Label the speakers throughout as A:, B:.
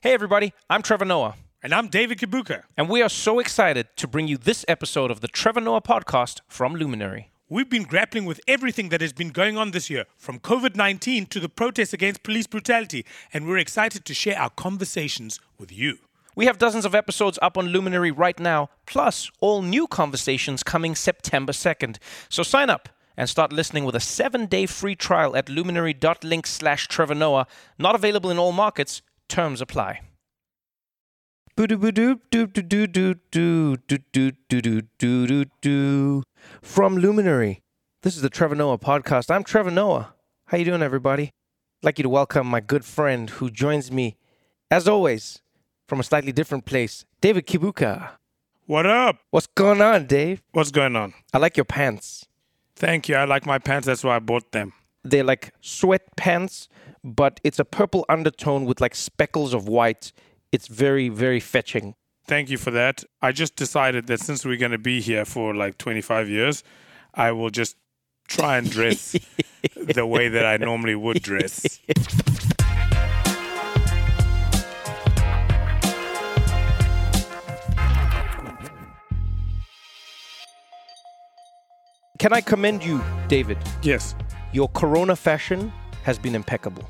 A: Hey, everybody, I'm Trevor Noah,
B: And I'm David Kabuka.
A: and we are so excited to bring you this episode of the Trevor Noah podcast from Luminary.
B: We've been grappling with everything that has been going on this year, from COVID 19 to the protests against police brutality, and we're excited to share our conversations with you.
A: We have dozens of episodes up on Luminary right now, plus all new conversations coming September 2nd. So sign up and start listening with a seven-day free trial at luminary.link slash Trevor Noah. Not available in all markets. Terms apply. From Luminary, this is the Trevor Noah podcast. I'm Trevor Noah. How you doing, everybody? I'd like you to welcome my good friend who joins me, as always, from a slightly different place, David Kibuka.
B: What up?
A: What's going on, Dave?
B: What's going on?
A: I like your pants.
B: Thank you. I like my pants. That's why I bought them.
A: They're like sweatpants, but it's a purple undertone with like speckles of white. It's very, very fetching.
B: Thank you for that. I just decided that since we're going to be here for like 25 years, I will just try and dress the way that I normally would dress.
A: Can I commend you, David?
B: Yes.
A: Your corona fashion has been impeccable.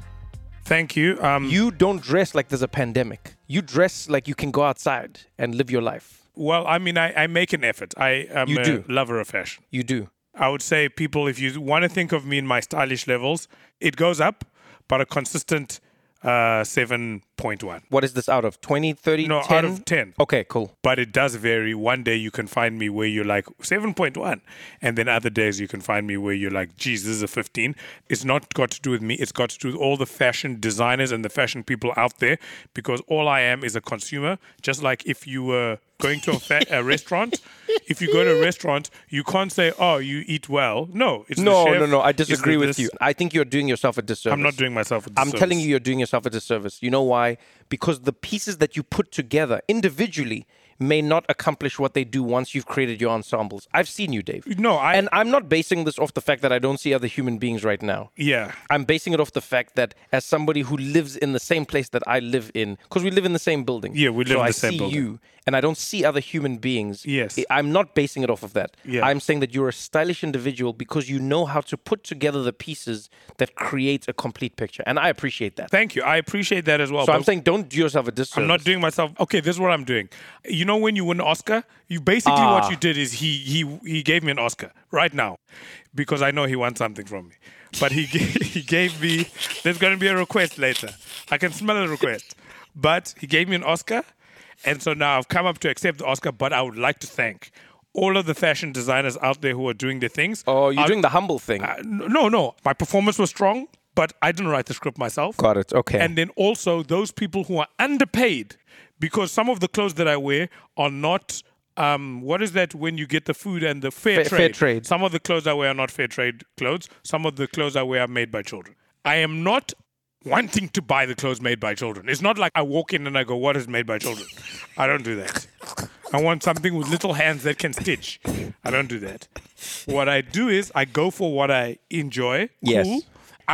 B: Thank you. Um,
A: You don't dress like there's a pandemic. You dress like you can go outside and live your life.
B: well, I mean, I, I make an effort. I am
A: You
B: a
A: do.
B: lover of fashion.
A: You do.
B: I would say people, if you want to think of me in my stylish levels, it goes up, but a consistent uh, 7.1.
A: What is this out of 20, 30,
B: No,
A: 10?
B: out of 10.
A: Okay, cool.
B: But it does vary. One day you can find me where you're like 7.1. And then other days you can find me where you're like, geez, this is a 15. It's not got to do with me. It's got to do with all the fashion designers and the fashion people out there because all I am is a consumer. Just like if you were going to a, fa- a restaurant, if you go to a restaurant, you can't say, oh, you eat well. No, it's the
A: No,
B: chef,
A: no, no. I
B: it's the
A: disagree with
B: this.
A: you. I think you're doing yourself a disservice.
B: I'm not doing myself. A
A: I'm telling you, you're doing yourself a disservice. You know why? Because the pieces that you put together individually may not accomplish what they do once you've created your ensembles. I've seen you, Dave.
B: No, I-
A: And I'm not basing this off the fact that I don't see other human beings right now.
B: Yeah.
A: I'm basing it off the fact that as somebody who lives in the same place that I live in, because we live in the same building.
B: Yeah, we live
A: so
B: in
A: I
B: the same
A: see
B: building.
A: you, and I don't see other human beings.
B: Yes.
A: I- I'm not basing it off of that.
B: Yeah.
A: I'm saying that you're a stylish individual because you know how to put together the pieces that create a complete picture, and I appreciate that.
B: Thank you. I appreciate that as well.
A: so
B: but
A: I'm saying don't do yourself a disservice.
B: I'm not doing myself. Okay, this is what I'm doing. You know, when you win an Oscar, you basically
A: Ah.
B: what you did is he he he gave me an Oscar right now, because I know he wants something from me. But he gave, he gave me. There's going to be a request later. I can smell a request. But he gave me an Oscar, and so now I've come up to accept the Oscar. But I would like to thank all of the fashion designers out there who are doing their things.
A: Oh, you're
B: I-
A: doing the humble thing.
B: uh, no, no. My performance was strong, but I didn't write the script myself.
A: Got it. Okay.
B: And then also those people who are underpaid because some of the clothes that I wear are not. Um, what is that when you get the food and the fair
A: Fair-
B: trade?
A: fair trade.
B: Some of the clothes I wear are not fair trade clothes. Some of the clothes I wear are made by children. I am not wanting to buy the clothes made by children. It's not like I walk in and I go, "What is made by children?" I don't do that. I want something with little hands that can stitch. I don't do that. What I do is I go for what I enjoy.
A: Yes.
B: Cool.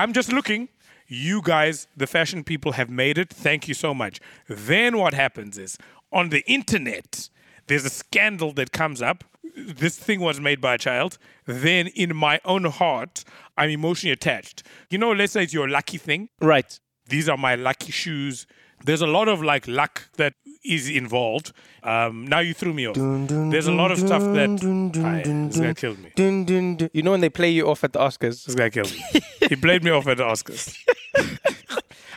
B: I'm just looking. You guys, the fashion people, have made it. Thank you so much. Then what happens is on the internet, there's a scandal that comes up. This thing was made by a child. Then in my own heart, I'm emotionally attached. You know, let's say it's your lucky thing
A: right.
B: these are my lucky shoes. There's a lot of like luck that is involved. Um, now you threw me off. There's a lot of stuff that I- this guy killed me.
A: Dun, dun, dun. You know when they play you off at the Oscars?
B: This guy killed me. he played me off at the Oscars.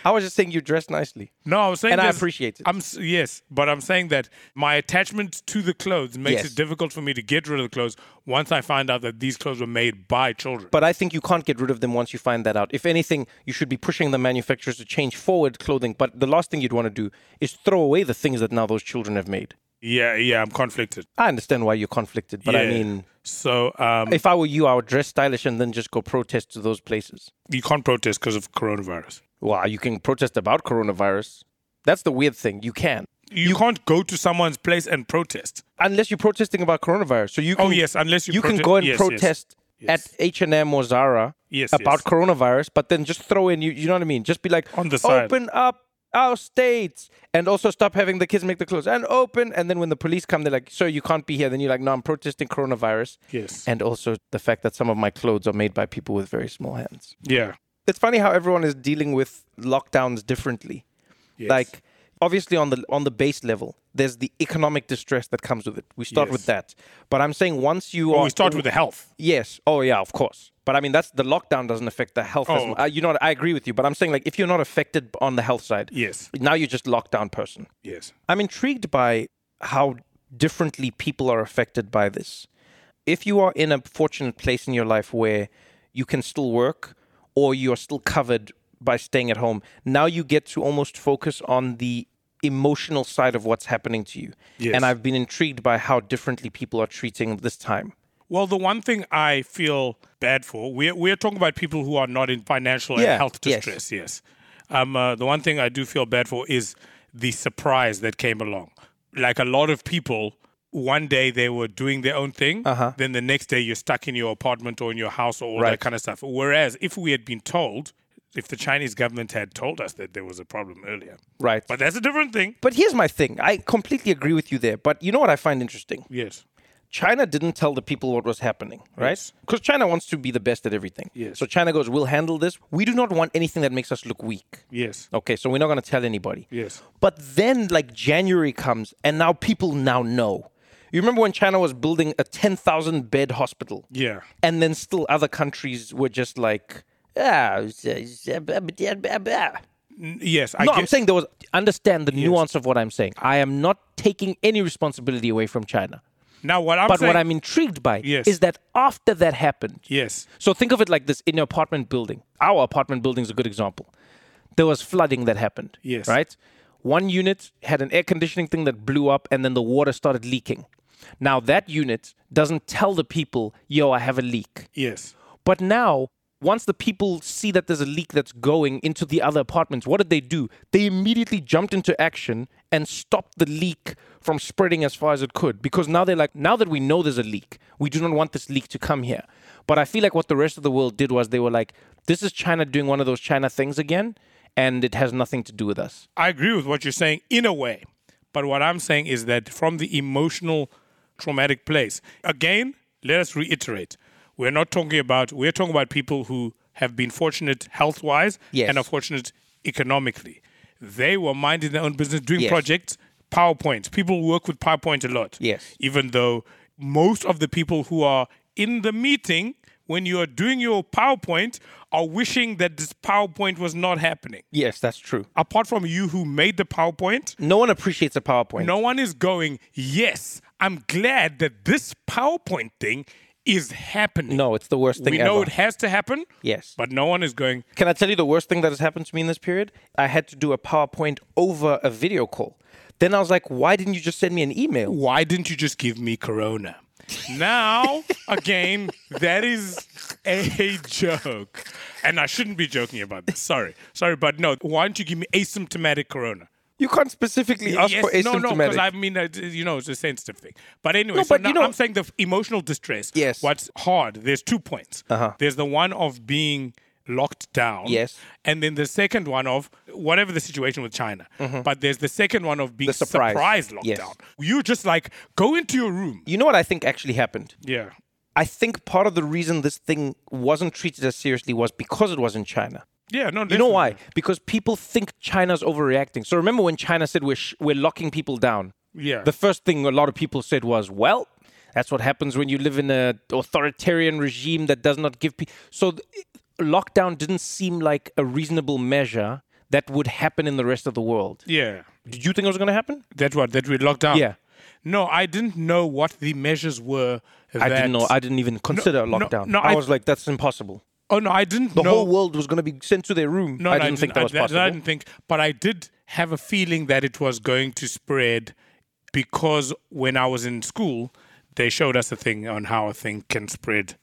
A: I was just saying you dress nicely.
B: No, I was saying,
A: And I
B: there's-
A: appreciate it.
B: I'm s- yes, but I'm saying that my attachment to the clothes makes
A: Yes.
B: it difficult for me to get rid of the clothes once I find out that these clothes were made by children.
A: But I think you can't get rid of them once you find that out. If anything, you should be pushing the manufacturers to change forward clothing. But the last thing you'd want to do is throw away the things that now those children have made.
B: yeah, yeah, I'm conflicted.
A: I understand why you're conflicted, but I
B: Yeah.
A: mean,
B: so um,
A: if I were you, I would dress stylish and then just go protest to those places.
B: you can't protest because of coronavirus.
A: Well, you can protest about coronavirus. That's the weird thing. You can.
B: You, can't go to someone's place and protest.
A: Unless you're protesting about coronavirus. So you can,
B: Oh yes, unless you
A: you can
B: prote-
A: go and
B: yes, yes.
A: protest at H&M or Zara
B: Yes,
A: about
B: yes.
A: coronavirus, but then just throw in you you know what I mean? Just be like
B: On the side.
A: open up our states, and also stop having the kids make the clothes and open. And then when the police come, they're like, sir, you can't be here. Then you're like, no, I'm protesting coronavirus.
B: Yes.
A: And also the fact that some of my clothes are made by people with very small hands.
B: Yeah.
A: It's funny how everyone is dealing with lockdowns differently.
B: Yes.
A: Like obviously on the on the base level, there's the economic distress that comes with it. We start
B: Yes.
A: with that. But I'm saying once you are
B: we start with the health.
A: Yes. Oh, yeah. Of course. But I mean, that's the lockdown doesn't affect the health. as
B: Oh.
A: much. Uh, you know, I agree with you. But I'm saying, like, if you're not affected on the health side,
B: Yes.
A: now you're just locked down person.
B: Yes.
A: I'm intrigued by how differently people are affected by this. If you are in a fortunate place in your life where you can still work or you are still covered by staying at home, now you get to almost focus on the emotional side of what's happening to you.
B: Yes.
A: And I've been intrigued by how differently people are treating this time.
B: Well, the one thing I feel bad for, we're, we're talking about people who are not in financial
A: Yeah,
B: and health
A: yes.
B: distress, yes. Um, uh, the one thing I do feel bad for is the surprise that came along. Like a lot of people, one day they were doing their own thing, then the next day you're stuck in your apartment or in your house or all
A: Uh-huh. Right.
B: that kind of stuff. Whereas if we had been told, if the Chinese government had told us that there was a problem earlier,
A: Right.
B: but that's a different thing.
A: But here's my thing. I completely agree with you there. But you know what I find interesting?
B: Yes.
A: China didn't tell the people what was happening, right?
B: Yes.
A: Because China wants to be the best at everything.
B: Yes.
A: So China goes, we'll handle this. We do not want anything that makes us look weak.
B: Yes.
A: Okay, so we're not going to tell anybody.
B: Yes.
A: But then, like, January comes, and now people now know. You remember when China was building a 10,000 bed hospital?
B: Yeah.
A: And then still other countries were just like, ah, it's- it's- uh, blah, blah, blah, blah."
B: N- Yes. I
A: No,
B: get-
A: I'm saying there was. Understand the nuance of what I'm saying. I am not taking any responsibility away from China.
B: now what I'm
A: But
B: saying.
A: what I'm intrigued by
B: Yes.
A: is that after that happened,
B: yes.
A: so think of it like this in an apartment building. Our apartment building is a good example. There was flooding that happened.
B: Yes.
A: Right? One unit had an air conditioning thing that blew up and then the water started leaking. Now that unit doesn't tell the people, yo, I have a leak.
B: Yes.
A: But now, once the people see that there's a leak that's going into the other apartments, what did they do? They immediately jumped into action and stopped the leak from spreading as far as it could. Because now they're like, now that we know there's a leak, we do not want this leak to come here. But I feel like what the rest of the world did was they were like, this is China doing one of those China things again, and it has nothing to do with us.
B: I agree with what you're saying in a way. But what I'm saying is that from the emotional traumatic place, again, let us reiterate. We're not talking about we're talking about people who have been fortunate health wise
A: Yes.
B: and are fortunate economically. They were minding their own business, doing
A: Yes.
B: projects, PowerPoint. People work with PowerPoint a lot.
A: Yes.
B: Even though most of the people who are in the meeting when you are doing your PowerPoint are wishing that this PowerPoint was not happening
A: Yes, that's true.
B: apart from you who made the PowerPoint,
A: No one appreciates a PowerPoint.
B: no one is going, yes, I'm glad that this PowerPoint thing is happening.
A: No, it's the worst thing
B: we know
A: ever.
B: it has to happen.
A: Yes.
B: But no one is going,
A: Can I tell you the worst thing that has happened to me in this period? I had to do a PowerPoint over a video call. Then I was like, why didn't you just send me an email?
B: why didn't you just give me Corona? Now, again, that is a joke. And I shouldn't be joking about this. Sorry. Sorry, but no, why don't you give me asymptomatic Corona?
A: You can't specifically ask for
B: no,
A: asymptomatic.
B: no, because I mean, uh, you know, it's a sensitive thing. But anyway,
A: No,
B: so
A: but you
B: now
A: know-
B: I'm saying the f- emotional distress.
A: Yes.
B: What's hard? There's two points.
A: Uh-huh.
B: There's the one of being locked down.
A: Yes.
B: And then the second one of whatever the situation with China. But there's the second one of being
A: Mm-hmm. The surprise.
B: lockdown.
A: Yes.
B: You just like go into your room.
A: you know what I think actually happened?
B: Yeah.
A: I think part of the reason this thing wasn't treated as seriously was because it was in China.
B: Yeah. No.
A: You know why? Because people think China's overreacting. So remember when China said we're, sh- we're locking people down?
B: Yeah.
A: The first thing a lot of people said was, well, that's what happens when you live in an authoritarian regime that does not give people. So th- lockdown didn't seem like a reasonable measure that would happen in the rest of the world.
B: yeah.
A: Did you think it was going to happen?
B: That's what that we locked down.
A: Yeah.
B: No, I didn't know what the measures were.
A: I didn't know. I didn't even consider a
B: no,
A: lockdown.
B: no,
A: I,
B: I-
A: was like, that's impossible.
B: oh no, I didn't
A: The
B: know.
A: whole world was going to be sent to their room.
B: No,
A: I
B: no,
A: didn't think that was
B: I,
A: possible.
B: I didn't think, but I did have a feeling that it was going to spread because when I was in school, they showed us a thing on how a thing can spread.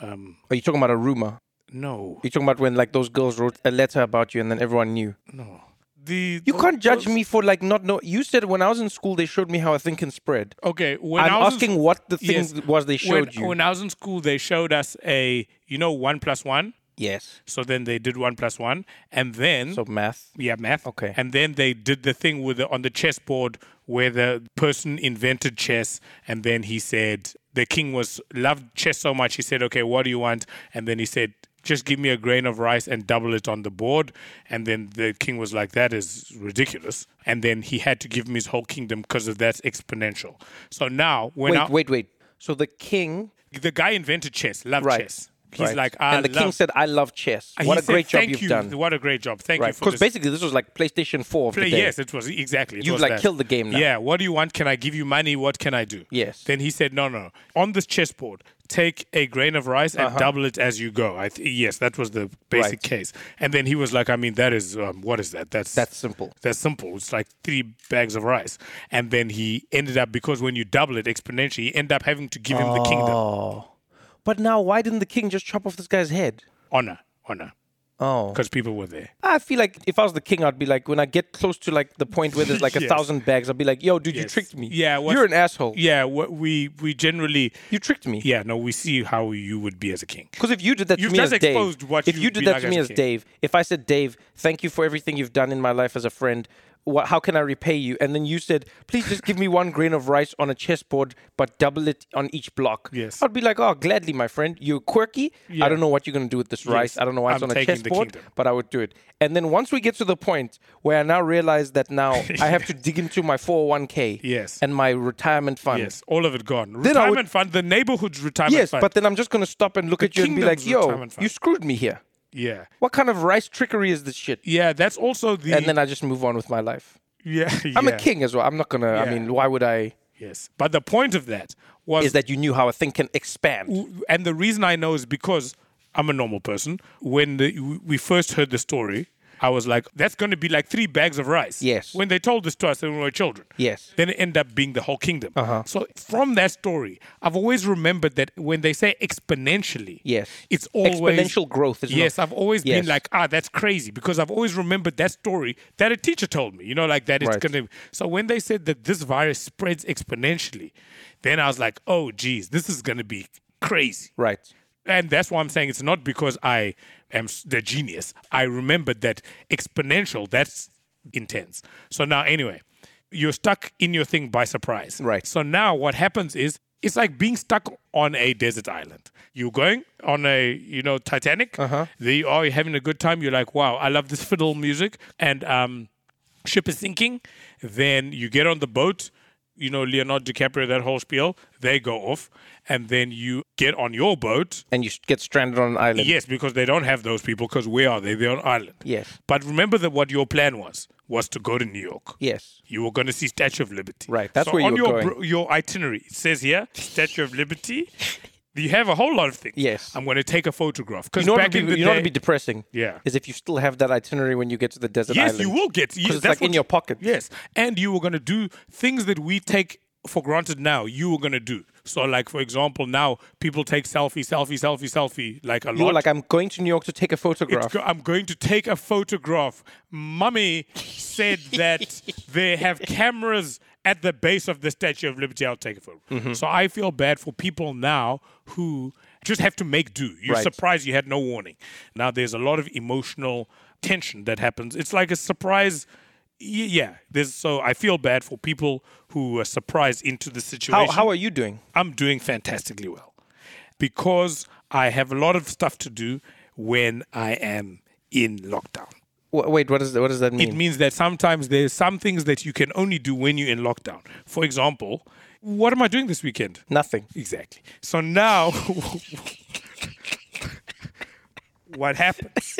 A: Are you Oh, talking about a rumor?
B: No,
A: You're talking about when like those girls wrote a letter about you and then everyone knew.
B: no. The
A: You can't judge me for like not know. You said when I was in school they showed me how a thing can spread.
B: Okay, when
A: I'm
B: I was in
A: asking
B: s-
A: what the thing
B: Yes.
A: was they showed
B: when,
A: you.
B: When I was in school, they showed us a you know one plus one.
A: Yes.
B: So then they did one plus one, and then
A: So math.
B: yeah, math.
A: Okay.
B: And then they did the thing with the, on the chessboard where the person invented chess, and then he said the king was loved chess so much. He said, "Okay, what do you want?" And then he said, "Just give me a grain of rice and double it on the board." And then the king was like, "That is ridiculous." And then he had to give him his whole kingdom because of that's exponential. So now when
A: Wait,
B: I-
A: wait, wait. So the king,
B: the guy invented chess, loved
A: right?
B: chess. He's
A: right.
B: like, "I
A: and the
B: love."
A: king said, "I love chess.
B: He
A: What a
B: said,
A: great job
B: "Thank
A: you've
B: you.
A: done."
B: What a great job. Thank you
A: Right,
B: for
A: because
B: this.
A: basically this was like PlayStation 4 of
B: Play-
A: the day.
B: Yes, it was exactly. It
A: You've,
B: was
A: like,
B: that.
A: killed the game now.
B: Yeah. What do you want? Can I give you money? What can I do?
A: Yes.
B: Then he said, no, no. On this chessboard, take a grain of rice and double it as you go. I th- yes, that was the basic
A: Uh-huh. Right.
B: case. And then he was like, I mean, that is um, what is that? That's
A: That's simple.
B: That's simple. It's like three bags of rice. And then he ended up because when you double it exponentially, you end up having to give him the
A: Oh.
B: kingdom.
A: But now, why didn't the king just chop off this guy's head?
B: Honor, honor,
A: Oh,
B: because people were there.
A: I feel like if I was the king, I'd be like, when I get close to like the point where there's like a
B: Yes.
A: thousand bags, I'd be like, "Yo, dude, you
B: Yes.
A: tricked me.
B: Yeah, what's-
A: you're an asshole.
B: Yeah, what we we generally
A: You tricked me.
B: yeah no we see how you would be as a king.
A: Because if you did that
B: You've
A: to me as
B: just
A: Dave,
B: exposed what
A: if
B: you'd
A: you did
B: be
A: that
B: like
A: to
B: as
A: me
B: a
A: as
B: kid.
A: Dave, if I said, Dave, thank you for everything you've done in my life as a friend, wha how can I repay you? And then you said, please just give me one grain of rice on a chessboard, but double it on each block.
B: Yes.
A: I'd be like, oh, gladly, my friend. You're quirky. I don't know what you're going to do with this rice. I don't know why it's on
B: I'm
A: a
B: taking the
A: chessboard,
B: kingdom.
A: but I would do it. And then once we get to the point where I now realize that now I have to dig into my 401k
B: Yes.
A: and my retirement fund.
B: Yes, all of it gone.
A: I would-
B: retirement fund, the neighborhood's retirement
A: Yes,
B: fund.
A: but then I'm just going to stop and look at you and be like,
B: kingdom's
A: yo,
B: retirement fund.
A: you screwed me here.
B: yeah,
A: What kind of rice trickery is this shit?
B: yeah, that's also the
A: And then I just move on with my life.
B: yeah.
A: I'm
B: yeah,
A: a king as well. I'm not gonna. I
B: Yeah.
A: mean, why would I?
B: Yes, but the point of that was
A: Is that you knew how a thing can expand?
B: and the reason I know is because I'm a normal person. When the, we first heard the story, I was like, that's going to be like three bags of rice.
A: Yes.
B: When they told this to us when we were children.
A: Yes.
B: Then it ended up being the whole kingdom. Uh-huh. So from that story, I've always remembered that when they say exponentially,
A: Yes.
B: it's always
A: Exponential growth is not-
B: Yes, I've always
A: Yes.
B: been like, ah, that's crazy because I've always remembered that story that a teacher told me. You know, like that it's
A: Right.
B: going to. So when they said that this virus spreads exponentially, then I was like, oh, geez, this is going to be crazy.
A: Right.
B: And that's why I'm saying it's not because I am s- the genius. I remembered that exponential, that's intense. So now, anyway, you're stuck in your thing by surprise.
A: Right.
B: So now what happens is it's like being stuck on a desert island. You're going on a, you know, Titanic. Uh-huh. They are you're having a good time. You're like, wow, I love this fiddle music. And, um, ship is sinking, then you get on the boat, you know, Leonardo DiCaprio, that whole spiel, they go off, and then you get on your boat.
A: And you s- get stranded on an island.
B: Yes, because they don't have those people, because where are they? They're on island.
A: Yes.
B: But remember that what your plan was, was to go to New York.
A: Yes.
B: You were going to see Statue of Liberty.
A: Right, that's
B: so
A: where you
B: on
A: were
B: your
A: going.
B: bro- your itinerary, it says here, Statue of Liberty. You have a whole lot of things.
A: Yes.
B: I'm going to take a photograph.
A: You
B: Because
A: know what
B: back
A: would be,
B: in the
A: you know what
B: day,
A: would be depressing?
B: Yeah.
A: Is if you still have that itinerary when you get to the desert
B: Yes,
A: island.
B: you will get. Yes,
A: it's like
B: that's
A: in
B: what-
A: your pocket.
B: Yes, and you were going to do things that we take for granted now. You were going to do. So, like for example, now people take selfie, selfie, selfie, selfie, like a
A: You're
B: lot.
A: like, I'm going to New York to take a photograph.
B: It's go- I'm going to take a photograph. Mummy said that they have cameras at the base of the Statue of Liberty. I'll take a photo.
A: Mm-hmm.
B: So I feel bad for people now who just have to make do. You're
A: Right.
B: surprised you had no warning. Now there's a lot of emotional tension that happens. It's like a surprise. y- Yeah, there's so I feel bad for people who are surprised into the situation.
A: how, how are you doing?
B: I'm doing fantastically well because I have a lot of stuff to do when I am in lockdown.
A: W- wait, what, is, what does that
B: It
A: mean?
B: means that sometimes there's some things that you can only do when you're in lockdown. For example, what am I doing this weekend?
A: Nothing.
B: Exactly. So now, what happens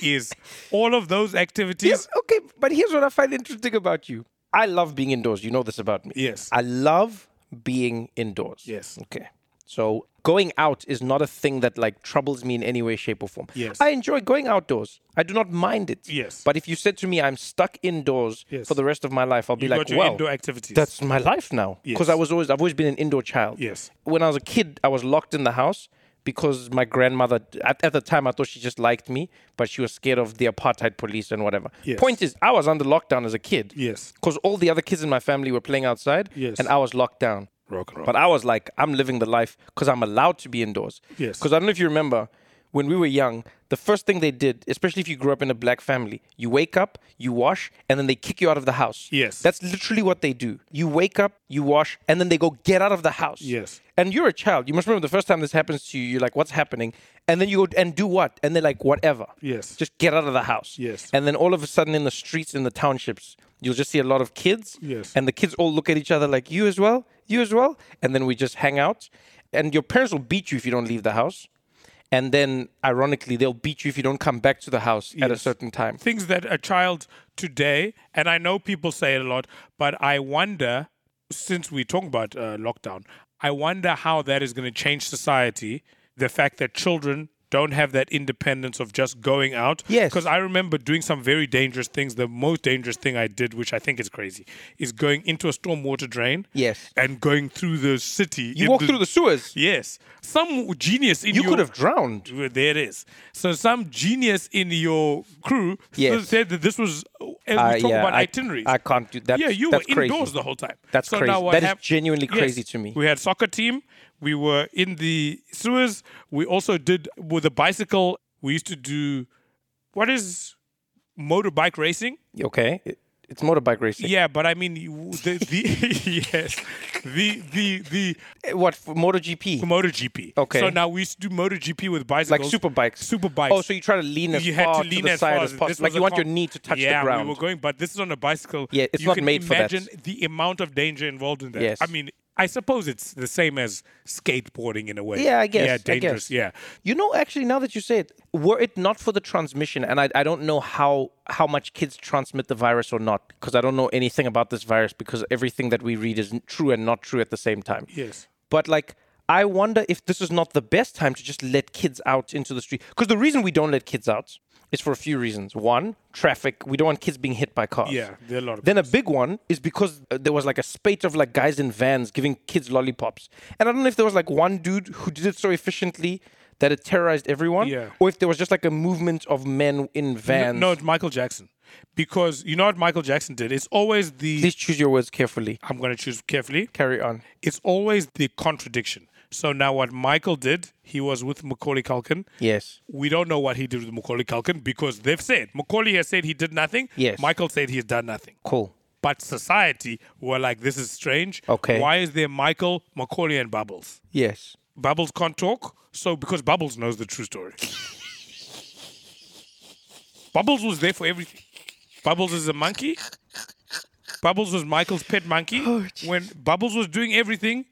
B: is all of those activities.
A: Yes, okay, but here's what I find interesting about you. I love being indoors. You know this about me.
B: Yes.
A: I love being indoors.
B: Yes.
A: Okay. So going out is not a thing that like troubles me in any way, shape, or form.
B: Yes.
A: I enjoy going outdoors. I do not mind it.
B: Yes.
A: But if you said to me I'm stuck indoors
B: Yes.
A: for the rest of my life, I'll be
B: You
A: like,
B: got your
A: well,
B: indoor activities.
A: that's my life now. Because I
B: Yes.
A: was always I've always been an indoor child.
B: Yes.
A: When I was a kid, I was locked in the house because my grandmother at, at the time I thought she just liked me, but she was scared of the apartheid police and whatever.
B: Yes.
A: Point is, I was under lockdown as a kid.
B: Yes.
A: Because all the other kids in my family were playing outside.
B: Yes.
A: And I was locked down.
B: Rock and roll.
A: But I was like, I'm living the life because I'm allowed to be indoors.
B: Yes.
A: Because I don't know if you remember when we were young, the first thing they did, especially if you grew up in a black family, you wake up, you wash, and then they kick you out of the house.
B: Yes.
A: That's literally what they do. You wake up, you wash, and then they go get out of the house.
B: Yes.
A: And you're a child. You must remember the first time this happens to you, you're like, what's happening? And then you go and do what? And they're like, whatever.
B: Yes.
A: Just get out of the house.
B: Yes.
A: And then all of a sudden in the streets, in the townships, you'll just see a lot of kids.
B: Yes.
A: And the kids all look at each other like, you as well? You as well? And then we just hang out. And your parents will beat you if you don't leave the house. And then, ironically, they'll beat you if you don't come back to the house at a
B: Yes.
A: certain time.
B: Things that a child today, and I know people say it a lot, but I wonder, since we talk about uh, lockdown, I wonder how that is going to change society. The fact that children don't have that independence of just going out.
A: Yes.
B: Because I remember doing some very dangerous things. The most dangerous thing I did, which I think is crazy, is going into a stormwater drain.
A: Yes.
B: And going through the city.
A: You walk through the sewers,
B: Yes. Some genius in
A: you
B: your-
A: could have drowned.
B: well, There it is. So some genius in your crew s-
A: Yes.
B: said that this was, as we
A: Uh,
B: talk
A: yeah,
B: about
A: I-
B: itineraries.
A: I can't do- that's-
B: Yeah, you
A: that's
B: were
A: crazy.
B: indoors the whole time.
A: That's
B: so
A: crazy.
B: Now what
A: That is
B: hap-
A: genuinely crazy to me.
B: We had soccer team. We were in the sewers. We also did with a bicycle. We used to do what is motorbike racing.
A: Okay. It- It's motorbike racing.
B: Yeah, but I mean you- the, the yes, the the the
A: Eh, What, for MotoGP?
B: MotoGP.
A: Okay.
B: So now we used to do MotoGP with
A: Like
B: bicycles.
A: super bikes.
B: Super bikes.
A: Oh, so you try to lean as
B: you
A: far
B: had to lean
A: the
B: as
A: side
B: far
A: as
B: as
A: possible.
B: this
A: Like
B: was
A: you
B: a
A: want
B: con-
A: your knee to touch
B: yeah,
A: the ground.
B: we were going, but this is on a bicycle.
A: Yeah, it's
B: you
A: not
B: can
A: made for that.
B: imagine the amount of danger involved in that.
A: Yes.
B: I mean, I suppose it's the same as skateboarding in a way.
A: Yeah, I guess, I
B: Yeah,
A: guess.
B: dangerous. Yeah.
A: You know, actually, now that you say it, were it not for the transmission, and I, I don't know how how much kids transmit the virus or not, because I don't know anything about this virus, because everything that we read is n- true and not true at the same time.
B: Yes.
A: But like, I wonder if this is not the best time to just let kids out into the street, because the reason we don't let kids out is for a few reasons. One, traffic. We don't want kids being hit by cars.
B: Yeah, there are a lot of
A: Then a big one is because uh, there was like a spate of like guys in vans giving kids lollipops. And I don't know if there was like one dude who did it so efficiently that it terrorized everyone,
B: Yeah.
A: or if there was just like a movement of men in vans.
B: No, it's Michael Jackson. Because you know what Michael Jackson did? It's always the.
A: Please choose your words carefully.
B: I'm going to choose carefully.
A: Carry on.
B: It's always the contradiction. So now what Michael did, he was with Macaulay Culkin.
A: Yes.
B: We don't know what he did with Macaulay Culkin because they've said Macaulay has said he did nothing.
A: Yes.
B: Michael said he's done nothing.
A: Cool.
B: But society were like, this is strange.
A: Okay.
B: Why is there Michael, Macaulay, and Bubbles?
A: Yes.
B: Bubbles can't talk, so because Bubbles knows the true story. Bubbles was there for everything. Bubbles is a monkey. Bubbles was Michael's pet monkey.
A: Oh,
B: when Bubbles was doing everything,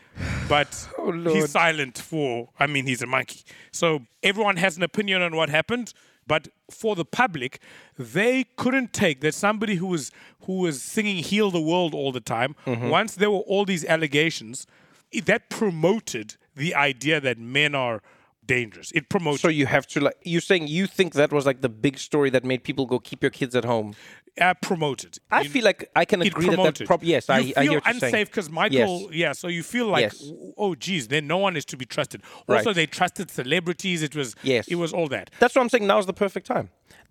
B: but
A: Lord.
B: he's silent for, I mean, he's a monkey. So everyone has an opinion on what happened. But for the public, they couldn't take that somebody who was who was singing "Heal the World" all the time.
A: Mm-hmm.
B: Once there were all these allegations, it- that promoted the idea that men are dangerous. It promoted
A: So you have to like you're saying you think that was like the big story that made people go keep your kids at home.
B: uh, promoted.
A: I
B: You-
A: feel like I can
B: it
A: agree that
B: promoted.
A: that prob- yes,
B: you
A: I,
B: feel
A: I hear what you're saying.
B: unsafe because Michael.
A: Yes.
B: Yeah, so you feel like,
A: Yes.
B: w- oh, geez, then no one is to be trusted. Also,
A: Right.
B: they trusted celebrities. It was
A: Yes.
B: it was all that.
A: That's what I'm saying. Now's the perfect time.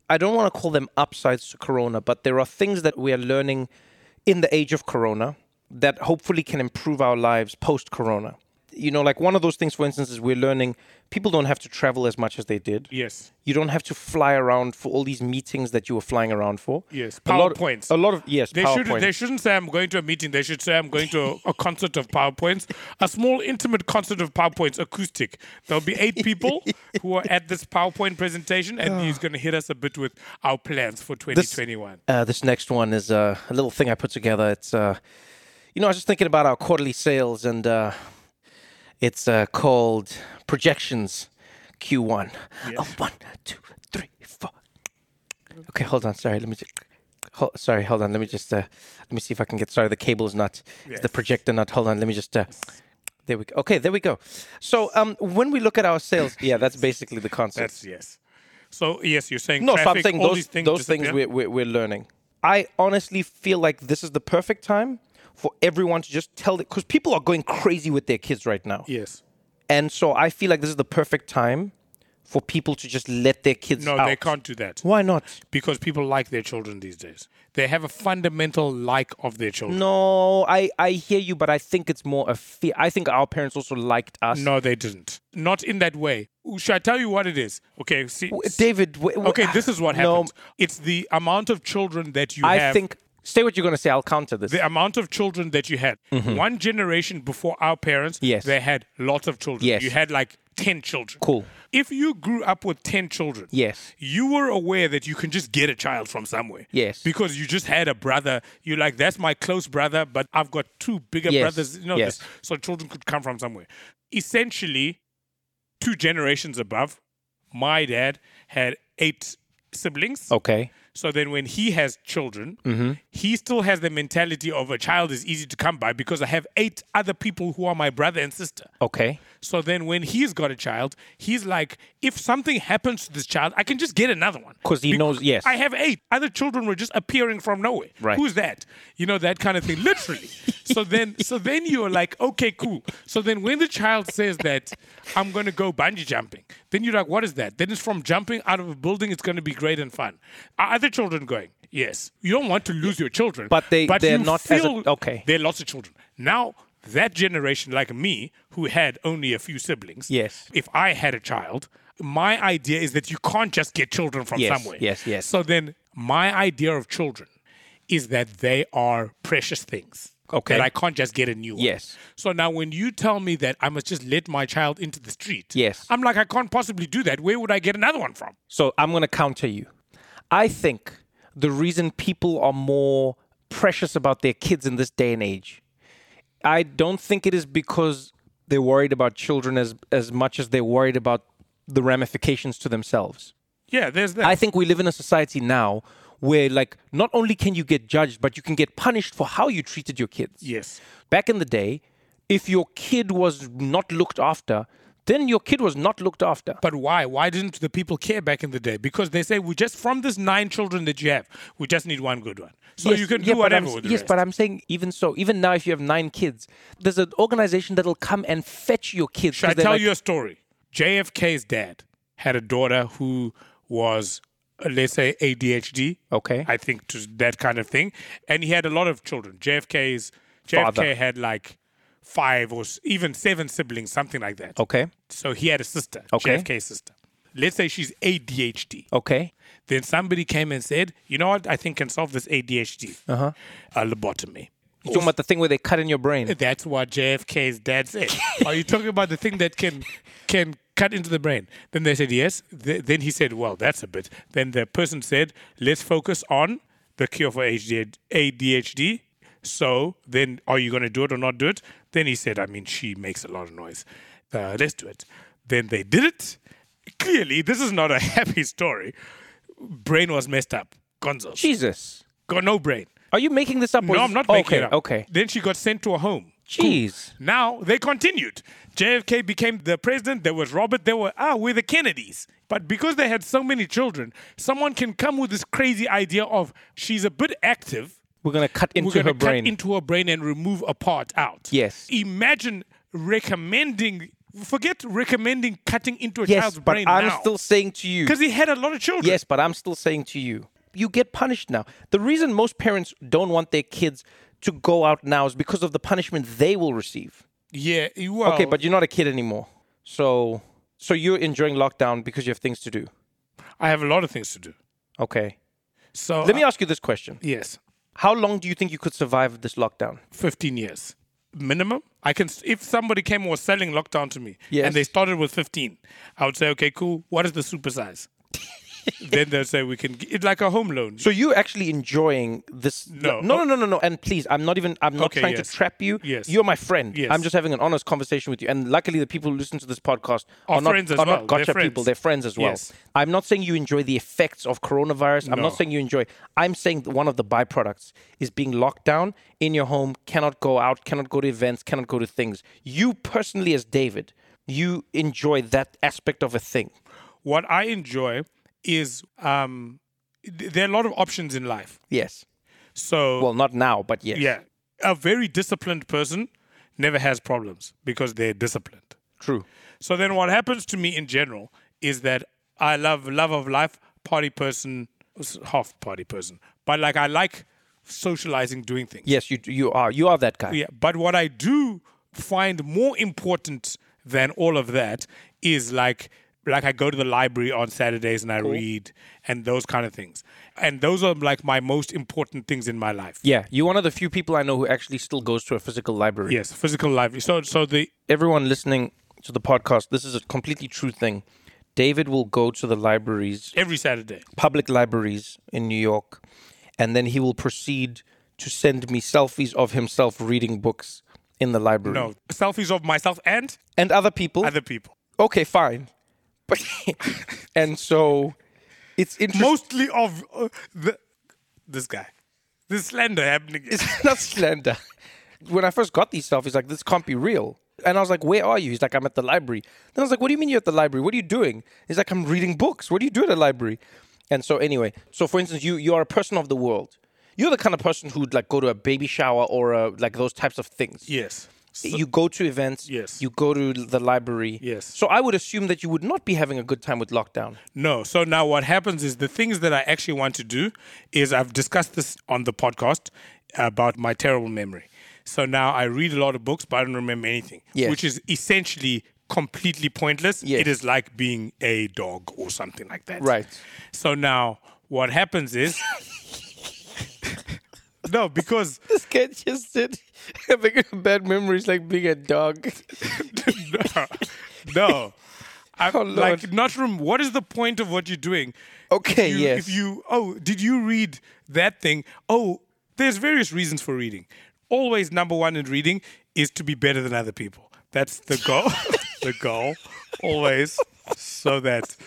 A: I don't want to call them upsides to Corona, but there are things that we are learning in the age of Corona that hopefully can improve our lives post Corona. You know, like one of those things, for instance, is we're learning people don't have to travel as much as they did.
B: Yes.
A: You don't have to fly around for all these meetings that you were flying around for.
B: Yes.
A: A lot-
B: PowerPoints.
A: A lot of, yes,
B: They
A: PowerPoints.
B: shouldn't. They shouldn't say I'm going to a meeting. They should say I'm going to a, a concert of powerpoints, a small intimate concert of powerpoints, acoustic. There'll be eight people who are at this powerpoint presentation, and he's going to hit us a bit with our plans for 2021.
A: Uh, this next one is uh, a little thing I put together. It's, uh, you know, I was just thinking about our quarterly sales, and uh, it's uh, called Projections Q1. Oh, one, two, three, four. Okay, hold on. Sorry, let me just. Ho- sorry, hold on. Let me just. Uh, let me see if I can get. Sorry, the cable's not. It's the projector not. Hold on. Let me just. Uh, there we go. Okay, there we go. So um, when we look at our sales, yeah, that's basically the concept.
B: That's yes. So yes, you're saying
A: No, so I'm
B: traffic,
A: saying
B: all
A: those
B: these things.
A: those things
B: disappear?
A: we're, we're, we're learning. I honestly feel like this is the perfect time for everyone to just tell it because people are going crazy with their kids right now.
B: Yes.
A: And so I feel like this is the perfect time for people to just let their kids
B: No,
A: out.
B: they can't do that
A: Why not?
B: because people like their children these days. They have a fundamental like of their children.
A: No, I, I hear you, but I think it's more a fear. I think our parents also liked us.
B: No, they didn't. Not in that way. Should I tell you what it is? Okay, see.
A: W- David, w- w-
B: Okay, this is what
A: No,
B: happens. It's the amount of children that you
A: I
B: have.
A: think. Say what you're going to say. I'll counter this.
B: the amount of children that you had. One generation before our parents,
A: Mm-hmm. Yes.
B: they had lots of children.
A: Yes.
B: You had like 10 children.
A: Cool.
B: If you grew up with 10 children,
A: Yes.
B: you were aware that you can just get a child from somewhere.
A: Yes.
B: Because you just had a brother. You're like, that's my close brother, but I've got two bigger
A: Yes.
B: brothers. You know
A: Yes.
B: this. So children could come from somewhere. Essentially, two generations above, my dad had eight siblings.
A: Okay.
B: So then when he has children, he still has the mentality of a child is easy to come by because I have eight other people who are my brother and sister.
A: Okay.
B: So then when he's got a child, he's like, if something happens to this child, I can just get another one.
A: 'Cause he
B: Bec-
A: knows- yes.
B: I have eight. Other children were just appearing from nowhere.
A: Right.
B: Who's that? You know, that kind of thing. Literally. so then so then you're like, okay, cool. So then when the child says that I'm gonna go bungee jumping, then you're like, what is that? Then it's from jumping out of a building, it's gonna be great and fun. Are other children going? Yes. You don't want to lose your children.
A: But they- they're
B: you
A: not as a-
B: feel
A: okay.
B: there are lots of children. Now, that generation, like me, who had only a few siblings,
A: Yes.
B: if I had a child, my idea is that you can't just get children from
A: Yes,
B: somewhere.
A: yes, yes.
B: So then, my idea of children is that they are precious things.
A: Okay.
B: That I can't just get a new one.
A: Yes.
B: So now, when you tell me that I must just let my child into the street,
A: Yes.
B: I'm like, I can't possibly do that. Where would I get another one from?
A: So I'm going to counter you. I think the reason people are more precious about their kids in this day and age, I don't think it is because they're worried about children as as much as they're worried about the ramifications to themselves.
B: Yeah, there's that.
A: I think we live in a society now where like not only can you get judged but you can get punished for how you treated your kids.
B: yes.
A: Back in the day, if your kid was not looked after, then your kid was not looked after.
B: But why? Why didn't the people care back in the day? Because they say we just from this nine children that you have, we just need one good one. So you can
A: yeah,
B: do
A: but I'm
B: whatever
A: s-
B: with the
A: yes,
B: rest.
A: but I'm saying even so, even now, if you have nine kids, there's an organization that'll come and fetch your kids.
B: Should I
A: 'cause they're
B: tell
A: like-
B: you a story? JFK's dad had a daughter who was, uh, let's say, ADHD.
A: Okay.
B: I think to that kind of thing, and he had a lot of children. JFK's JFK
A: Father.
B: had like five or s- even seven siblings, something like that.
A: Okay.
B: So he had a sister,
A: Oh. Okay.
B: JFK's sister. Let's say she's ADHD.
A: Okay.
B: Then somebody came and said, you know what, I think can solve this ADHD. Uh-huh. A lobotomy.
A: You're talking about the thing where they cut in your brain.
B: That's what JFK's dad said. Are you talking about the thing that can can cut into the brain? Then they said yes. Th- then he said, well, that's a bit. Then the person said, let's focus on the cure for ADHD. ADHD. So then, are you going to do it or not do it? Then he said, I mean, she makes a lot of noise. Uh, let's do it. Then they did it. Clearly, this is not a happy story. Brain was messed up. Gonzo. She
A: Jesus,
B: got no brain.
A: are you making this up? or
B: No,
A: is-
B: I'm not
A: okay,
B: making it up.
A: Okay.
B: Then she got sent to a home.
A: Jeez.
B: Now they continued. JFK became the president. There was Robert. There were ah, we're the Kennedys. But because they had so many children, someone can come with this crazy idea of she's a bit active.
A: We're gonna cut into
B: We're going
A: her
B: to cut
A: brain.
B: into her brain and remove a part out.
A: Yes.
B: Imagine recommending. Forget recommending cutting into a
A: yes,
B: child's
A: but
B: brain
A: I'm
B: now.
A: still saying to you.
B: because he had a lot of children.
A: Yes, but I'm still saying to you, you get punished now. The reason most parents don't want their kids to go out now is because of the punishment they will receive.
B: Yeah. Well,
A: Okay, but you're not a kid anymore. So so you're enjoying lockdown because you have things to do.
B: I have a lot of things to do.
A: Okay.
B: So uh,
A: Let me ask you this question.
B: Yes.
A: How long do you think you could survive this lockdown?
B: 15 years minimum i can if somebody came and was selling lockdown to me
A: Yes.
B: and they started with 15 i would say okay cool what is the super size then they'll say we can g- it's like a home loan
A: So you're actually enjoying this
B: No. Oh.
A: no no no no no and please I'm not even I'm not
B: Okay,
A: trying
B: yes.
A: to trap you.
B: Yes.
A: You're my friend.
B: Yes.
A: I'm just having an honest conversation with you. And luckily the people who listen to this podcast
B: Are
A: are, not,
B: friends as
A: are
B: well.
A: not gotcha
B: They're
A: people,
B: friends.
A: they're friends as well.
B: Yes.
A: I'm not saying you enjoy the effects of coronavirus. I'm
B: No.
A: not saying you enjoy I'm saying that one of the byproducts is being locked down in your home, cannot go out, cannot go to events, cannot go to things. You personally as David, you enjoy that aspect of a thing.
B: what i enjoy is um th- there are a lot of options in life
A: Yes.
B: so
A: Well, not now, but yes.
B: yeah a very disciplined person never has problems because they're disciplined
A: True.
B: So then what happens to me in general is that I love love of life, party person, half party person, but like I like socializing, doing things.
A: Yes, you you are you are that guy.
B: Yeah, but what I do find more important than all of that is like like I go to the library on Saturdays and I read and those kind of things. And those are like my most important things in my life.
A: Yeah, you're one of the few people I know who actually still goes to a physical library.
B: Yes, physical library. So so the
A: Everyone listening to the podcast, this is a completely true thing. David will go to the libraries
B: every Saturday.
A: public libraries in New York, and then he will proceed to send me selfies of himself reading books in the library
B: No, selfies of myself and
A: and other people.
B: other people.
A: okay, fine. But and so it's interesting.
B: Mostly of uh, the, this guy. This slander happening.
A: it's not slander. When I first got these selfies, like this can't be real. And I was like, "Where are you?" He's like, "I'm at the library." Then I was like, "What do you mean you're at the library? What are you doing?" He's like, "I'm reading books. What do you do at a library?" And so anyway, so for instance, you you are a person of the world. You're the kind of person who'd like go to a baby shower or a, like those types of things.
B: yes. So-
A: you go to events.
B: Yes.
A: You go to the library.
B: Yes.
A: So I would assume that you would not be having a good time with lockdown.
B: No. So now what happens is the things that I actually want to do is I've discussed this on the podcast about my terrible memory. So now I read a lot of books, but I don't remember anything,
A: Yes.
B: which is essentially completely pointless.
A: Yes.
B: It is like being a dog or something like that.
A: Right.
B: So now what happens is. no, because.
A: This guy just said having a bad memory is like being a dog.
B: no. no. I,
A: Oh, Lord.
B: like not rem- what is the point of what you're doing?
A: Okay,
B: if you,
A: yes.
B: If you oh, did you read that thing? Oh, there's various reasons for reading. Always number one in reading is to be better than other people. That's the goal. the goal always so that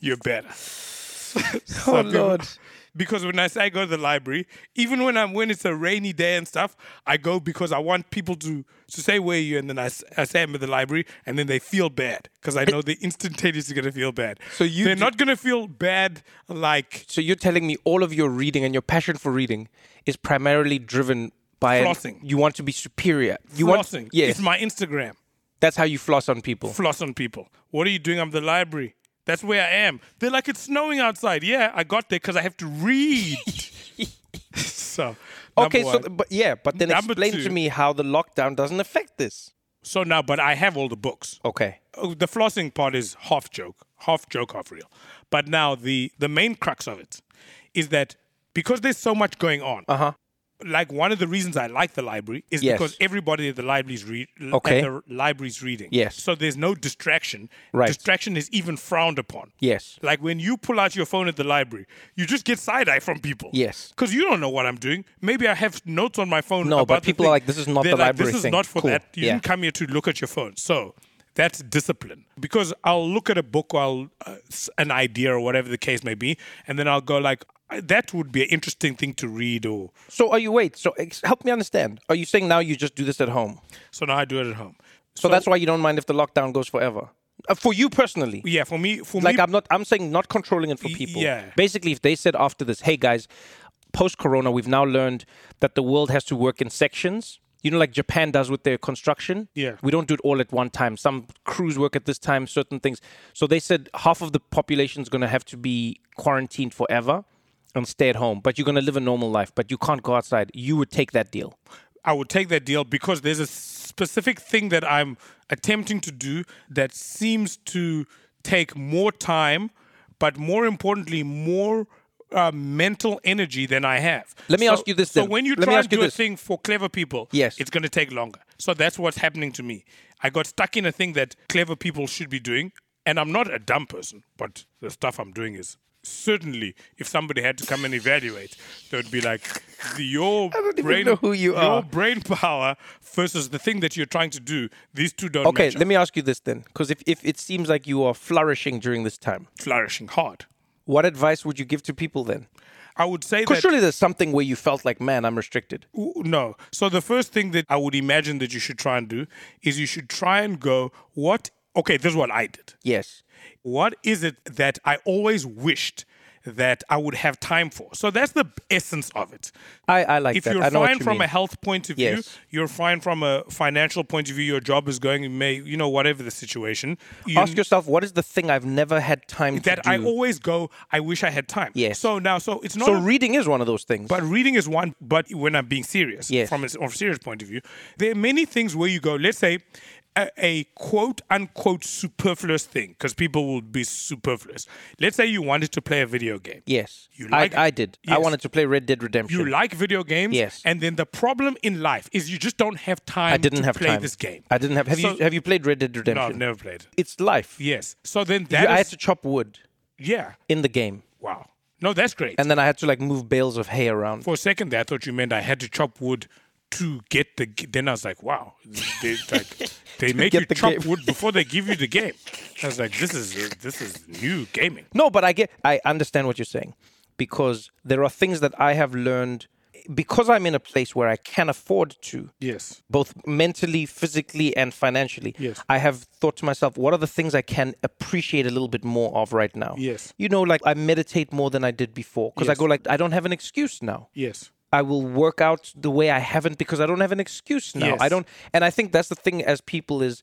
B: you're better.
A: Oh
B: Some people-
A: Lord.
B: Because when I say I go to the library, even when I'm when it's a rainy day and stuff, I go because I want people to to say where you and then I, s- I say I'm at the library and then they feel bad because I know they instantaneously gonna feel bad.
A: So you
B: they're
A: d-
B: not gonna feel bad like
A: So you're telling me all of your reading and your passion for reading is primarily driven by an-
B: Flossing.
A: you want to be superior. You
B: flossing.
A: want yes,
B: It's my Instagram.
A: that's how you floss on people.
B: Floss on people. What are you doing? I'm at the library. That's where I am. They're like it's snowing outside. Yeah, I got there because I have to read. so number
A: okay, so
B: one.
A: th- but yeah, but then
B: Number
A: explain
B: two.
A: to me how the lockdown doesn't affect this.
B: so now, but I have all the books.
A: Okay.
B: oh, the flossing part is half joke, half joke, half real. But now the the main crux of it is that because there's so much going on. Uh huh. Like one of the reasons I like the library is
A: Uh-huh. Yes.
B: because everybody at the library's read
A: Okay.
B: at the library's reading.
A: Yes.
B: So there's no distraction.
A: Right.
B: Distraction is even frowned upon.
A: Yes.
B: Like when you pull out your phone at the library, you just get side eye from people.
A: Yes.
B: Because you don't know what I'm doing. Maybe I have notes on my phone.
A: No, but
B: about the
A: people are
B: thing.
A: like, "This is not
B: They're
A: the
B: like,
A: library
B: This is
A: thing."
B: not for
A: Cool.
B: that. You
A: Yeah.
B: didn't come here to look at your phone. So that's discipline. Because I'll look at a book, or I'll uh, s- an idea or whatever the case may be, and then I'll go like, "Uh, that would be an interesting thing to read. Or
A: So are you wait, so ex- help me understand. Are you saying now you just do this at home?
B: so now I do it at home.
A: So, that's why you don't mind if the lockdown goes forever. Uh, for you personally.
B: Yeah, for me, for
A: Like
B: me,
A: I'm not I'm saying not controlling it for people.
B: yeah.
A: Basically if they said after this, "Hey guys, post corona we've now learned that the world has to work in sections." You know like Japan does with their construction?
B: Yeah.
A: We don't do it all at one time. Some crews work at this time, certain things. So they said half of the population is going to have to be quarantined forever and stay at home, but you're going to live a normal life, but you can't go outside. You would take that deal.
B: I would take that deal because there's a specific thing that I'm attempting to do that seems to take more time, but more importantly, more uh, mental energy than I have.
A: Let me
B: So-
A: ask you this
B: So
A: then.
B: when you
A: Let me
B: try
A: ask
B: and
A: you
B: do a
A: this.
B: thing for clever people,
A: Yes.
B: it's going to take longer. So that's what's happening to me. I got stuck in a thing that clever people should be doing, and I'm not a dumb person, but the stuff I'm doing is. Certainly, if somebody had to come and evaluate, they would be like, "Your
A: don't even
B: brain,
A: know who you
B: your
A: are.
B: brain power versus the thing that you're trying to do, these two don't
A: Okay,
B: match
A: let me ask you this then, because if, if it seems like you are flourishing during this time,
B: up. flourishing hard.
A: what advice would you give to people then?
B: I would say
A: Because
B: that
A: surely there's something where you felt like, man, I'm restricted.
B: w- no. So the first thing that I would imagine that you should try and do is you should try and go, what? Okay, this is what I did.
A: Yes.
B: What is it that I always wished that I would have time for. So that's the essence of it.
A: I, I like
B: if
A: that.
B: you're
A: I know what
B: fine
A: you
B: from
A: mean.
B: a health point of view,
A: Yes.
B: you're fine from a financial point of view, your job is going, you may, you know, whatever the situation. you-
A: Ask yourself, what is the thing I've never had time to
B: that
A: do?
B: I always go, I wish I had time.
A: Yes.
B: So now, so it's not.
A: so
B: a-
A: reading is one of those things.
B: but reading is one, but when I'm being serious,
A: Yes.
B: from a s- or serious point of view, there are many things where you go, let's say, a, a quote unquote superfluous thing, because people will be superfluous. Let's say you wanted to play a video game.
A: yes,
B: You like
A: I, I did. I
B: Yes.
A: wanted to play Red Dead Redemption.
B: You like video games,
A: Yes.
B: And then the problem in life is you just don't have time.
A: I didn't
B: to
A: have
B: play
A: time.
B: this game.
A: I didn't have. Have
B: So-
A: you have you played Red Dead
B: No,
A: Redemption?
B: I've never played.
A: It's life.
B: Yes. So then
A: You-
B: that
A: I had
B: is-
A: to chop wood
B: yeah.
A: in the game,
B: Wow. No, that's great.
A: and then I had to like move bales of hay around.
B: For a second there, I thought you meant I had to chop wood to get the. g- Then I was like, wow, they, like, they make
A: get
B: you
A: the
B: chop
A: game.
B: wood before they give you the game. I was like, this is this is new gaming.
A: No, but I get I understand what you're saying because there are things that I have learned because I'm in a place where I can afford to
B: Yes.
A: both mentally, physically and financially.
B: Yes.
A: I have thought to myself, what are the things I can appreciate a little bit more of right now?
B: Yes.
A: You know, like I meditate more than I did before because I
B: Yes.
A: go like I don't have an excuse now.
B: Yes.
A: I will work out the way I haven't because I don't have an excuse now.
B: Yes.
A: I don't, and I think that's the thing as people is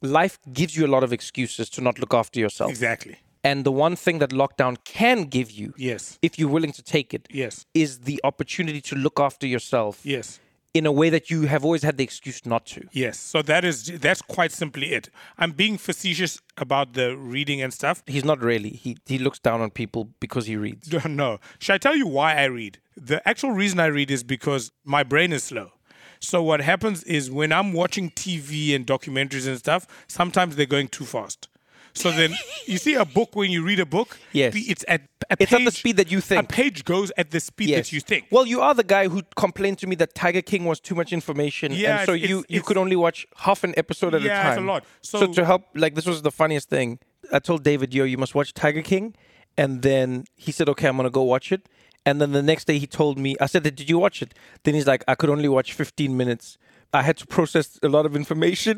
A: life gives you a lot of excuses to not look after yourself.
B: Exactly.
A: And the one thing that lockdown can give you,
B: Yes.
A: if you're willing to take it, is
B: Yes.
A: the opportunity to look after yourself
B: Yes.
A: in a way that you have always had the excuse not to.
B: Yes. So that is that's quite simply it. I'm being facetious about the reading and stuff.
A: He's not really. He he looks down on people because he reads.
B: No. Should I tell you why I read? The actual reason I read is because my brain is slow. So what happens is when I'm watching TV and documentaries and stuff, sometimes they're going too fast. So then you see a book when you read a book,
A: Yes.
B: be- it's at a
A: It's at the
B: page-
A: speed that you
B: A
A: think.
B: page goes at the speed that you think.
A: Well, you are the guy who complained to me that Tiger King was too much information,
B: Yeah,
A: and so
B: it's-
A: you
B: it's-
A: you
B: it's-
A: could only watch half an episode at a
B: Yeah,
A: time.
B: it's a lot. So-
A: to help, like this was the funniest thing. I told David, "Yo, you must watch Tiger King," and then he said, "Okay, I'm gonna go watch it." And then the next day, he told me, "I said, did you watch it?" Then he's like, "I could only watch 15 minutes. I had to process a lot of information."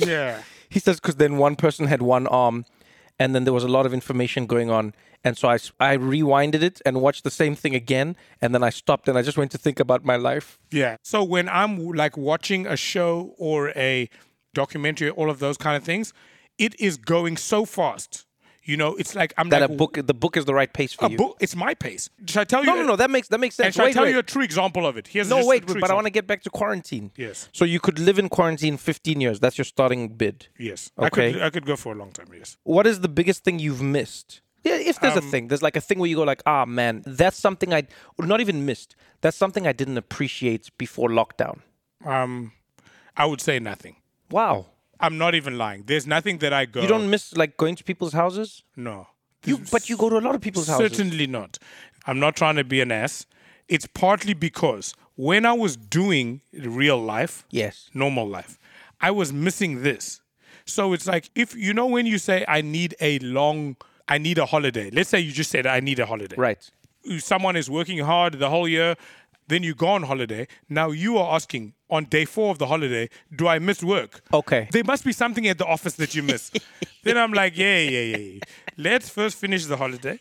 B: yeah.
A: He says because then one person had one arm, and then there was a lot of information going on, and so I s- I rewinded it and watched the same thing again, and then I stopped and I just went to think about my life.
B: Yeah. So when I'm like watching a show or a documentary, all of those kind of things, it is going so fast. You know, it's like I'm
A: That
B: like
A: a book the book is the right pace for
B: a
A: you.
B: book. It's my pace. Should I tell you?
A: No, no, no. That makes that makes
B: And
A: sense.
B: should I
A: Wait,
B: tell
A: wait.
B: you a true example of it? Here's
A: no,
B: just
A: wait.
B: a true
A: But I want
B: example.
A: to get back to quarantine.
B: Yes.
A: So you could live in quarantine 15 years. That's your starting bid.
B: Yes. I could.
A: Okay.
B: I could go for a long time. Yes.
A: What is the biggest thing you've missed? Yeah, if there's
B: Um,
A: a thing, there's like a thing where you go like, ah, man, that's something I not even missed. That's something I didn't appreciate before lockdown.
B: Um, I would say nothing.
A: Wow.
B: I'm not even lying. There's nothing that I go.
A: You don't miss like going to people's houses?
B: No.
A: You, but you go to a lot of people's houses.
B: Certainly not. I'm not trying to be an ass. It's partly because when I was doing real life,
A: Yes.
B: normal life, I was missing this. So it's like if you know when you say I need a long, I need a holiday. Let's say you just said I need a holiday.
A: Right.
B: someone is working hard the whole year, then you go on holiday. Now you are asking on day four of the holiday, do I miss work?
A: Okay.
B: There must be something at the office that you miss. then I'm like, yeah, yeah, yeah, yeah. Let's first finish the holiday.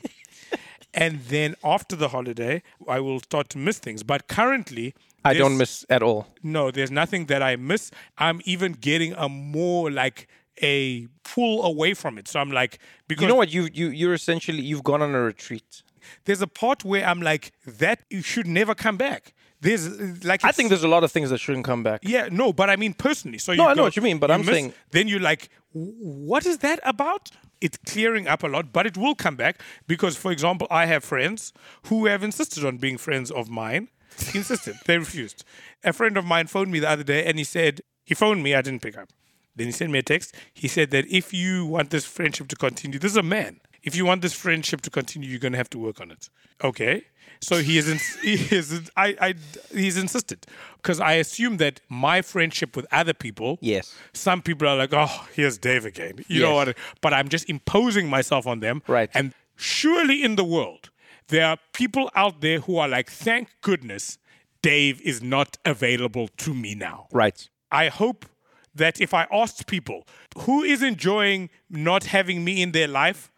B: And then after the holiday, I will start to miss things. But currently,
A: I
B: there's-
A: don't miss at all.
B: no, there's nothing that I miss. I'm even getting a more like a pull away from it. So I'm like, because
A: You know what? You you you're essentially you've gone on a retreat.
B: there's a part where I'm like, that you should never come back. There's uh, like
A: I
B: it's-
A: think there's a lot of things that shouldn't come back.
B: yeah, no, but I mean personally. So you
A: No, I know
B: go-
A: what you mean, but I'm
B: miss,
A: saying-
B: then you're like, "W- what is that about? It's clearing up a lot, but it will come back because, for example, I have friends who have insisted on being friends of mine. insisted, they refused. A friend of mine phoned me the other day and he said he phoned me. I didn't pick up. Then he sent me a text. He said that if you want this friendship to continue, this is a man. If you want this friendship to continue, you're going to have to work on it. Okay. So he is, ins- he is in- I, I, he's insisted because I assume that my friendship with other people,
A: Yes.
B: some people are like, oh, here's Dave again. You know
A: Yes.
B: what? But I'm just imposing myself on them.
A: Right.
B: And surely in the world, there are people out there who are like, thank goodness Dave is not available to me now.
A: Right.
B: I hope that if I asked people who is enjoying not having me in their life,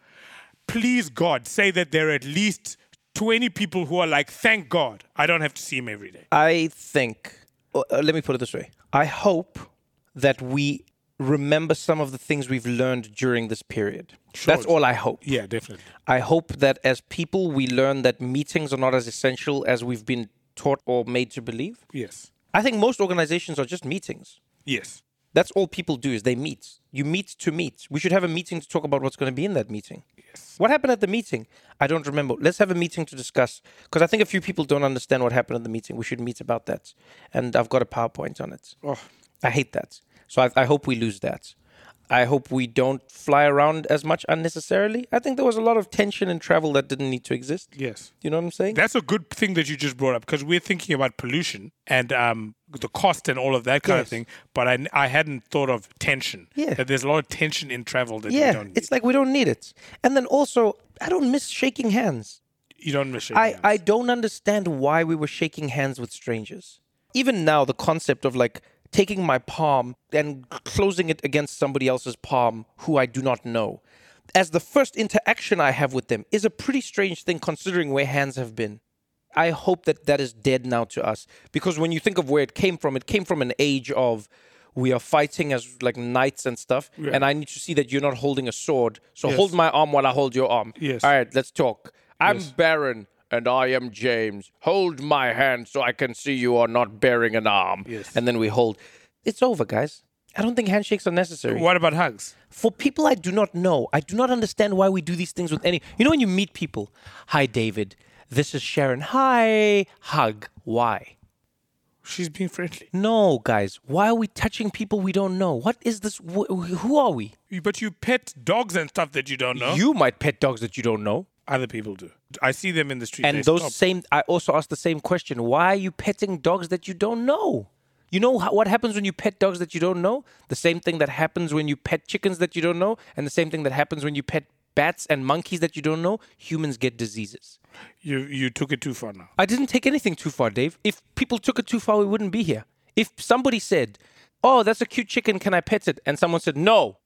B: please God, say that there are at least 20 people who are like, thank God, I don't have to see him every day.
A: I think, uh, uh, let me put it this way I hope that we remember some of the things we've learned during this period. That's all I hope.
B: Yeah, definitely.
A: I hope that as people, we learn that meetings are not as essential as we've been taught or made to believe.
B: Yes.
A: I think most organizations are just meetings.
B: Yes.
A: That's all people do is they meet. You meet to meet. We should have a meeting to talk about what's going to be in that meeting. Yes. What happened at the meeting? I don't remember. Let's have a meeting to discuss because I think a few people don't understand what happened at the meeting. We should meet about that. And I've got a PowerPoint on it.
B: Oh.
A: I hate that. So I, I hope we lose that. I hope we don't fly around as much unnecessarily. I think there was a lot of tension and travel that didn't need to exist.
B: Yes.
A: You know what I'm saying?
B: That's a good thing that you just brought up because we're thinking about pollution and um, the cost and all of that kind of
A: Yes.
B: thing. But I, I hadn't thought of tension.
A: Yeah.
B: That there's a lot of tension in travel that you
A: yeah,
B: don't need.
A: it's like we don't need it. And then also, I don't miss shaking hands.
B: you don't miss it.
A: I, I don't understand why we were shaking hands with strangers. Even now, the concept of like taking my palm and closing it against somebody else's palm who I do not know as the first interaction I have with them is a pretty strange thing considering where hands have been. I hope that that is dead now to us because when you think of where it came from, it came from an age of we are fighting as like knights and stuff, and I need to see that you're not holding a sword. So hold my arm while I hold your arm.
B: Yes.
A: All right, let's talk. I'm Baron and I am James. Hold my hand so I can see you are not bearing an arm. Yes. And then we hold. It's over, guys. I don't think handshakes are necessary
B: what about hugs?
A: for people I do not know, I do not understand why we do these things with any. You know, when you meet people, hi, David, this is Sharon, hi, hug, why?
B: She's being friendly.
A: No, guys, why are we touching people we don't know? What is this? Wh- who are we?
B: But you pet dogs and stuff that you don't know.
A: You might pet dogs that you don't know.
B: Other people do. I see them in the street. they
A: And those
B: stop.
A: same, I also asked the same question why are you petting dogs that you don't know? You know how, what happens when you pet dogs that you don't know? The same thing that happens when you pet chickens that you don't know, and the same thing that happens when you pet bats and monkeys that you don't know. Humans get diseases.
B: you you took it too far now.
A: I didn't take anything too far, Dave. If people took it too far, we wouldn't be here. If somebody said, Oh, that's a cute chicken, can I pet it? And someone said, No,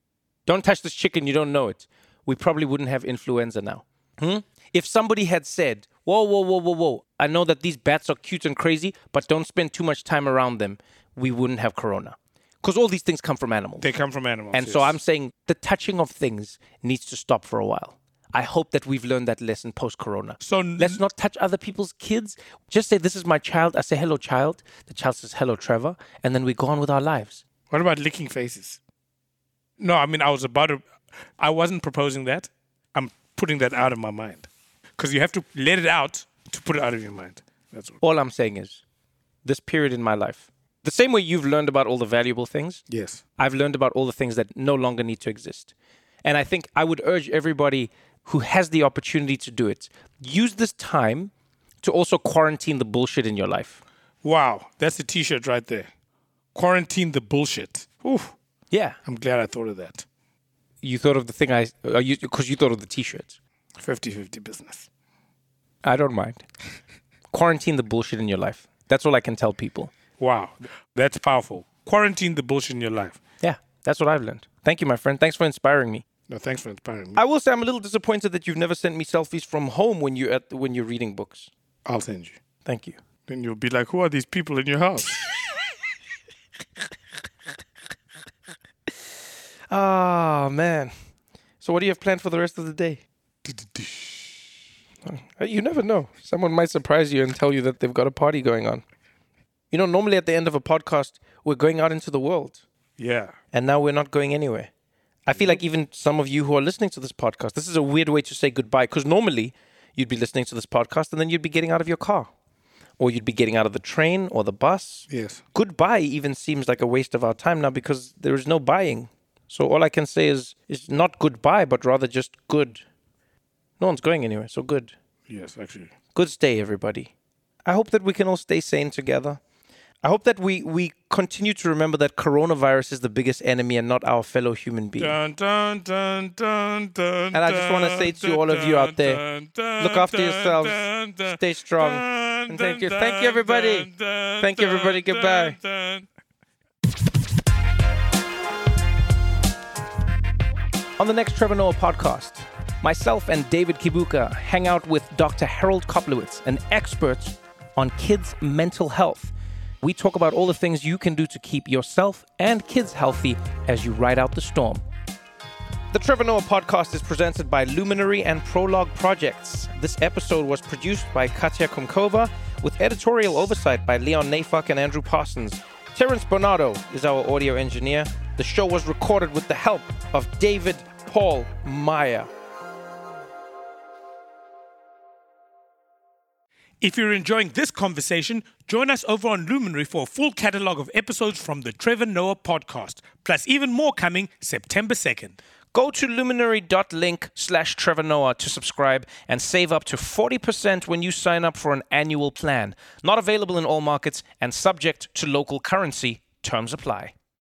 A: don't touch this chicken, you don't know it, we probably wouldn't have influenza now. Hmm? If somebody had said, Whoa, whoa, whoa, whoa, whoa, I know that these bats are cute and crazy, but don't spend too much time around them, we wouldn't have corona. Because all these things come from animals.
B: They come from animals.
A: And so I'm saying the touching of things needs to stop for a while. I hope that we've learned that lesson post corona.
B: So n-
A: let's not touch other people's kids. Just say, This is my child. I say, Hello, child. The child says, Hello, Trevor. And then we go on with our lives.
B: What about licking faces? No, I mean I was about to. I wasn't proposing that. I'm putting that out of my mind because you have to let it out to put it out of your mind. That's all.
A: All I'm saying is, this period in my life, the same way you've learned about all the valuable things,
B: Yes.
A: I've learned about all the things that no longer need to exist. And I think I would urge everybody who has the opportunity to do it, use this time to also quarantine the bullshit in your life.
B: Wow, that's a T-shirt right there. Quarantine the bullshit. Ooh,
A: Yeah.
B: I'm glad I thought of that.
A: you thought of the thing I because you, 'cause you thought of the T-shirt.
B: 50-50 business.
A: I don't mind. Quarantine the bullshit in your life. That's all I can tell people.
B: Wow, that's powerful. Quarantine the bullshit in your life.
A: Yeah, that's what I've learned. Thank you, my friend. Thanks for inspiring me.
B: No, thanks for inspiring me.
A: I will say I'm a little disappointed that you've never sent me selfies from home when you at when you're reading books.
B: I'll send you.
A: Thank you.
B: Then you'll be like, who are these people in your house?
A: Ah man. So what do you have planned for the rest of the day? Uh, You never know. Someone might surprise you and tell you that they've got a party going on. You know, normally at the end of a podcast, we're going out into the world.
B: yeah.
A: and now we're not going anywhere. I feel like even some of you who are listening to this podcast, this is a weird way to say goodbye because normally you'd be listening to this podcast and then you'd be getting out of your car or you'd be getting out of the train or the bus.
B: Yes.
A: Goodbye even seems like a waste of our time now because there is no buying. So all I can say is is not goodbye but rather just good. No one's going anywhere, so good.
B: Yes, actually.
A: Good stay, everybody. I hope that we can all stay sane together. I hope that we, we continue to remember that coronavirus is the biggest enemy and not our fellow human being.
B: Dun, dun, dun, dun, dun,
A: And I just wanna say to all of you out there, look after yourselves, stay strong, and thank you- thank you, everybody. Thank you, everybody. Goodbye. On the next Trevor Noah podcast, Myself and David Kibuka hang out with Dr. Harold Koplowitz, an expert on kids' mental health. We talk about all the things you can do to keep yourself and kids healthy as you ride out the storm. The Trevor Noah podcast is presented by Luminary and Prologue Projects. This episode was produced by Katya Komkova with editorial oversight by Leon Nafuk and Andrew Parsons. Terrence Bernardo is our audio engineer. The show was recorded with the help of David Paul Meyer.
B: If you're enjoying this conversation, join us over on Luminary for a full catalogue of episodes from the Trevor Noah podcast, plus even more coming September 2nd.
A: Go to luminary.link slash Trevor Noah to subscribe and save up to 40% when you sign up for an annual plan. Not available in all markets and subject to local currency. Terms apply.